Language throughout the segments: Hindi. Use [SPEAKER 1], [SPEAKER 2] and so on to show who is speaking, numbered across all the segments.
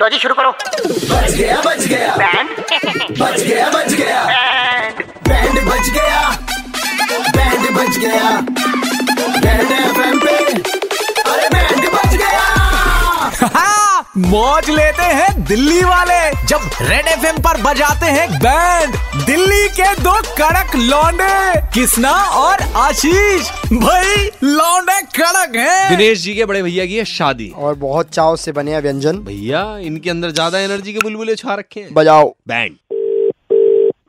[SPEAKER 1] लो जी शुरू करो
[SPEAKER 2] बच गया बच गया
[SPEAKER 1] बैंड
[SPEAKER 2] बच गया बच गया बैंड बच गया बैंड बच गया बैंड एफएम पे अरे बैंड बच गया
[SPEAKER 3] हाँ, मौज लेते हैं दिल्ली वाले जब रेड एफ पर बजाते हैं बैंड दिल्ली के दो कड़क लौंडे किसना और आशीष भाई लौंडे कड़क हैं
[SPEAKER 4] दिनेश जी के बड़े भैया की है शादी
[SPEAKER 5] और बहुत चाव से बने हैं व्यंजन
[SPEAKER 4] भैया इनके अंदर ज्यादा एनर्जी के बुलबुले छा रखे हैं
[SPEAKER 5] बजाओ
[SPEAKER 4] बैंड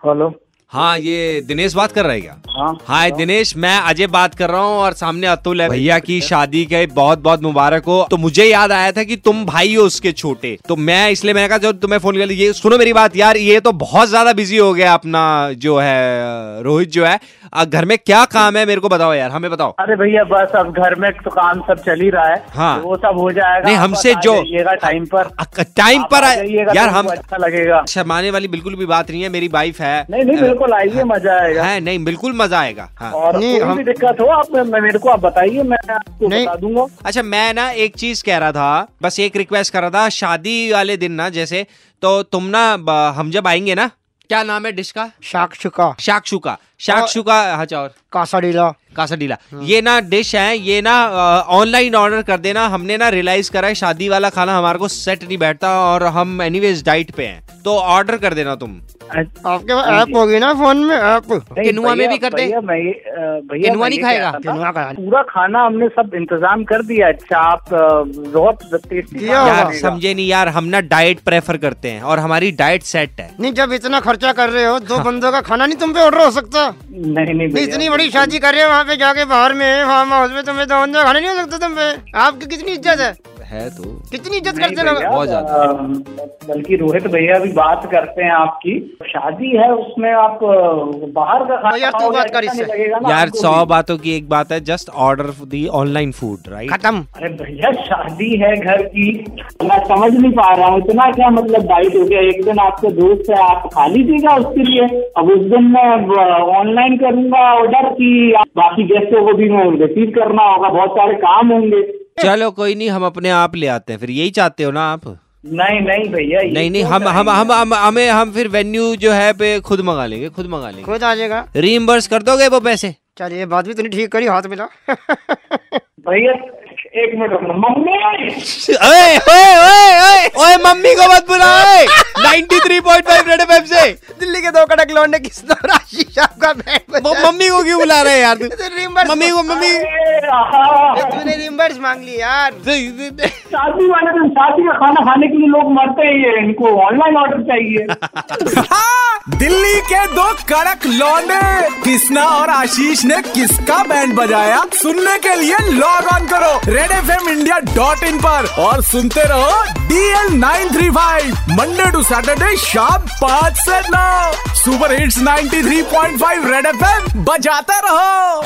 [SPEAKER 6] हेलो
[SPEAKER 4] हाँ ये दिनेश बात कर रहा है क्या
[SPEAKER 6] हाँ
[SPEAKER 4] हाय दिनेश मैं अजय बात कर रहा हूँ और सामने अतुल है भैया की शादी के बहुत बहुत मुबारक हो तो मुझे याद आया था कि तुम भाई हो उसके छोटे तो मैं इसलिए मैंने कहा जो तुम्हें फोन कर लीजिए सुनो मेरी बात यार ये तो बहुत ज्यादा बिजी हो गया अपना जो है रोहित जो है अ, घर में क्या काम है मेरे को बताओ यार हमें बताओ
[SPEAKER 6] अरे भैया बस अब घर में तो काम सब चल ही रहा है तो
[SPEAKER 4] हाँ।
[SPEAKER 6] वो सब हो जाएगा
[SPEAKER 4] नहीं
[SPEAKER 6] आप
[SPEAKER 4] हमसे
[SPEAKER 6] आ
[SPEAKER 4] जो
[SPEAKER 6] जाइएगा टाइम पर
[SPEAKER 4] टाइम
[SPEAKER 6] आप
[SPEAKER 4] पर
[SPEAKER 6] आ
[SPEAKER 4] आए-
[SPEAKER 6] जाइएगा,
[SPEAKER 4] यार
[SPEAKER 6] तुमको
[SPEAKER 4] हम
[SPEAKER 6] अच्छा लगेगा
[SPEAKER 4] शर्माने वाली बिल्कुल भी बात नहीं है मेरी वाइफ है
[SPEAKER 6] नहीं नहीं
[SPEAKER 4] अ,
[SPEAKER 6] बिल्कुल आइए मजा आएगा
[SPEAKER 4] है नहीं बिल्कुल मजा आएगा हाँ
[SPEAKER 6] और
[SPEAKER 5] नहीं,
[SPEAKER 6] कोई
[SPEAKER 5] हम-
[SPEAKER 6] भी दिक्कत हो आप मैं- मेरे को आप बताइए मैं आपको
[SPEAKER 5] नहीं।
[SPEAKER 6] बता दूंगा
[SPEAKER 4] अच्छा मैं ना एक चीज कह रहा था बस एक रिक्वेस्ट कर रहा था शादी वाले दिन ना जैसे तो तुम ना ब- हम जब आएंगे ना क्या नाम है डिश का
[SPEAKER 5] शाक्षुका
[SPEAKER 4] शाक्षु का शाक्षु का अच्छा और
[SPEAKER 5] कासाडीला
[SPEAKER 4] कासाडीला ये ना डिश है ये ना ऑनलाइन ऑर्डर कर देना हमने ना रियलाइज करा है शादी वाला खाना हमारे को सेट नहीं बैठता और हम एनीवेज डाइट पे हैं तो ऑर्डर कर देना तुम
[SPEAKER 5] आपके पास ऐप होगी ना फोन में ऐप
[SPEAKER 6] नहीं,
[SPEAKER 4] किनुआ में
[SPEAKER 6] भैया-
[SPEAKER 4] भी कर दे।
[SPEAKER 6] भैया मैं ये, अ, भैया
[SPEAKER 4] किनुआ
[SPEAKER 6] मैं
[SPEAKER 4] नहीं
[SPEAKER 6] ये कह
[SPEAKER 4] खाएगा?
[SPEAKER 6] रहा था,
[SPEAKER 5] किनुआ का नहीं।
[SPEAKER 6] पूरा खाना हमने सब इंतजाम कर दिया अच्छा आप अ, बहुत टेस्टी
[SPEAKER 5] किया
[SPEAKER 4] यार
[SPEAKER 5] होगा।
[SPEAKER 4] समझे नहीं यार हम ना डाइट प्रेफर करते हैं और हमारी डाइट सेट है
[SPEAKER 5] नहीं जब इतना खर्चा कर रहे हो दो बंदों का खाना नहीं तुम पे ऑर्डर हो सकता
[SPEAKER 6] नहीं नहीं
[SPEAKER 5] नहीं
[SPEAKER 6] भैया,
[SPEAKER 5] इतनी बड़ी शादी कर रहे हो वहाँ पे जाके बाहर में फार्म हाउस में तुम्हें दो बंदों का खाना नहीं हो सकता तुम पे आपकी कितनी इज्जत है
[SPEAKER 4] है तो
[SPEAKER 5] कितनी इज्जत
[SPEAKER 6] नहीं
[SPEAKER 5] करते लोग
[SPEAKER 6] भैया,
[SPEAKER 4] बहुत ज्यादा।
[SPEAKER 6] अ, बल्कि रोहित भैया भी बात करते हैं आपकी शादी है उसमें आप अ, बाहर का
[SPEAKER 5] भैया,
[SPEAKER 6] खाना
[SPEAKER 5] तू
[SPEAKER 6] खाओगे,
[SPEAKER 5] बात कर
[SPEAKER 6] अच्छा नहीं
[SPEAKER 5] इससे।
[SPEAKER 6] लगेगा ना
[SPEAKER 4] यार
[SPEAKER 6] आपको
[SPEAKER 4] सौ
[SPEAKER 6] भी।
[SPEAKER 4] बातों की एक बात है जस्ट ऑर्डर दी ऑनलाइन फूड राइट
[SPEAKER 5] खत्म
[SPEAKER 6] अरे भैया शादी है घर की मैं समझ नहीं पा रहा हूँ इतना क्या मतलब डाइट हो गया एक दिन आपके दोस्त है आप खा लीजिएगा उसके लिए अब उस दिन मैं ऑनलाइन करूंगा ऑर्डर की बाकी गेस्टों को भी मैं रिसीव करना होगा बहुत सारे काम होंगे
[SPEAKER 4] चलो कोई नहीं हम अपने आप ले आते हैं फिर यही चाहते हो ना आप
[SPEAKER 6] नहीं नहीं भैया ये
[SPEAKER 4] नहीं नहीं
[SPEAKER 6] क्यों
[SPEAKER 4] हम हम
[SPEAKER 6] करेंगे?
[SPEAKER 4] हम हम हमें हम फिर वेन्यू जो है पे खुद मंगा लेंगे खुद मंगा लेंगे
[SPEAKER 5] खुद आ जाएगा
[SPEAKER 4] रीइंबर्स कर दोगे वो पैसे
[SPEAKER 5] चल ये बात भी तूने ठीक करी हाथ मिला नहीं
[SPEAKER 6] भैया एक मिनट रुकना। मम्मी
[SPEAKER 4] ओए ओए ओए ओए ओए मम्मी को मत बुलाओ 93.5 रेड एफएम से
[SPEAKER 5] दिल्ली के दो कड़क लौंडे किस दौर आशीष आपका बैट
[SPEAKER 4] वो मम्मी को क्यों बुला रहे हैं यार तू?
[SPEAKER 5] रिमर्स
[SPEAKER 4] मम्मी को मम्मी
[SPEAKER 6] ए, आहा।
[SPEAKER 5] तूने रिमर्स मांग ली यार
[SPEAKER 6] शादी वाले दिन शादी का खाना खाने के लिए लोग मरते ही है इनको ऑनलाइन ऑर्डर चाहिए
[SPEAKER 3] हाँ, दिल्ली के दो कड़क लौंडे किसना और आशीष ने किसका बैंड बजाया सुनने के लिए लॉग ऑन करो redfmindia.in इंडिया डॉट इन पर और सुनते रहो DL nine three five Monday to Saturday शाम पाँच से नौ super hits 93.5 three point five red F M बजाते रहो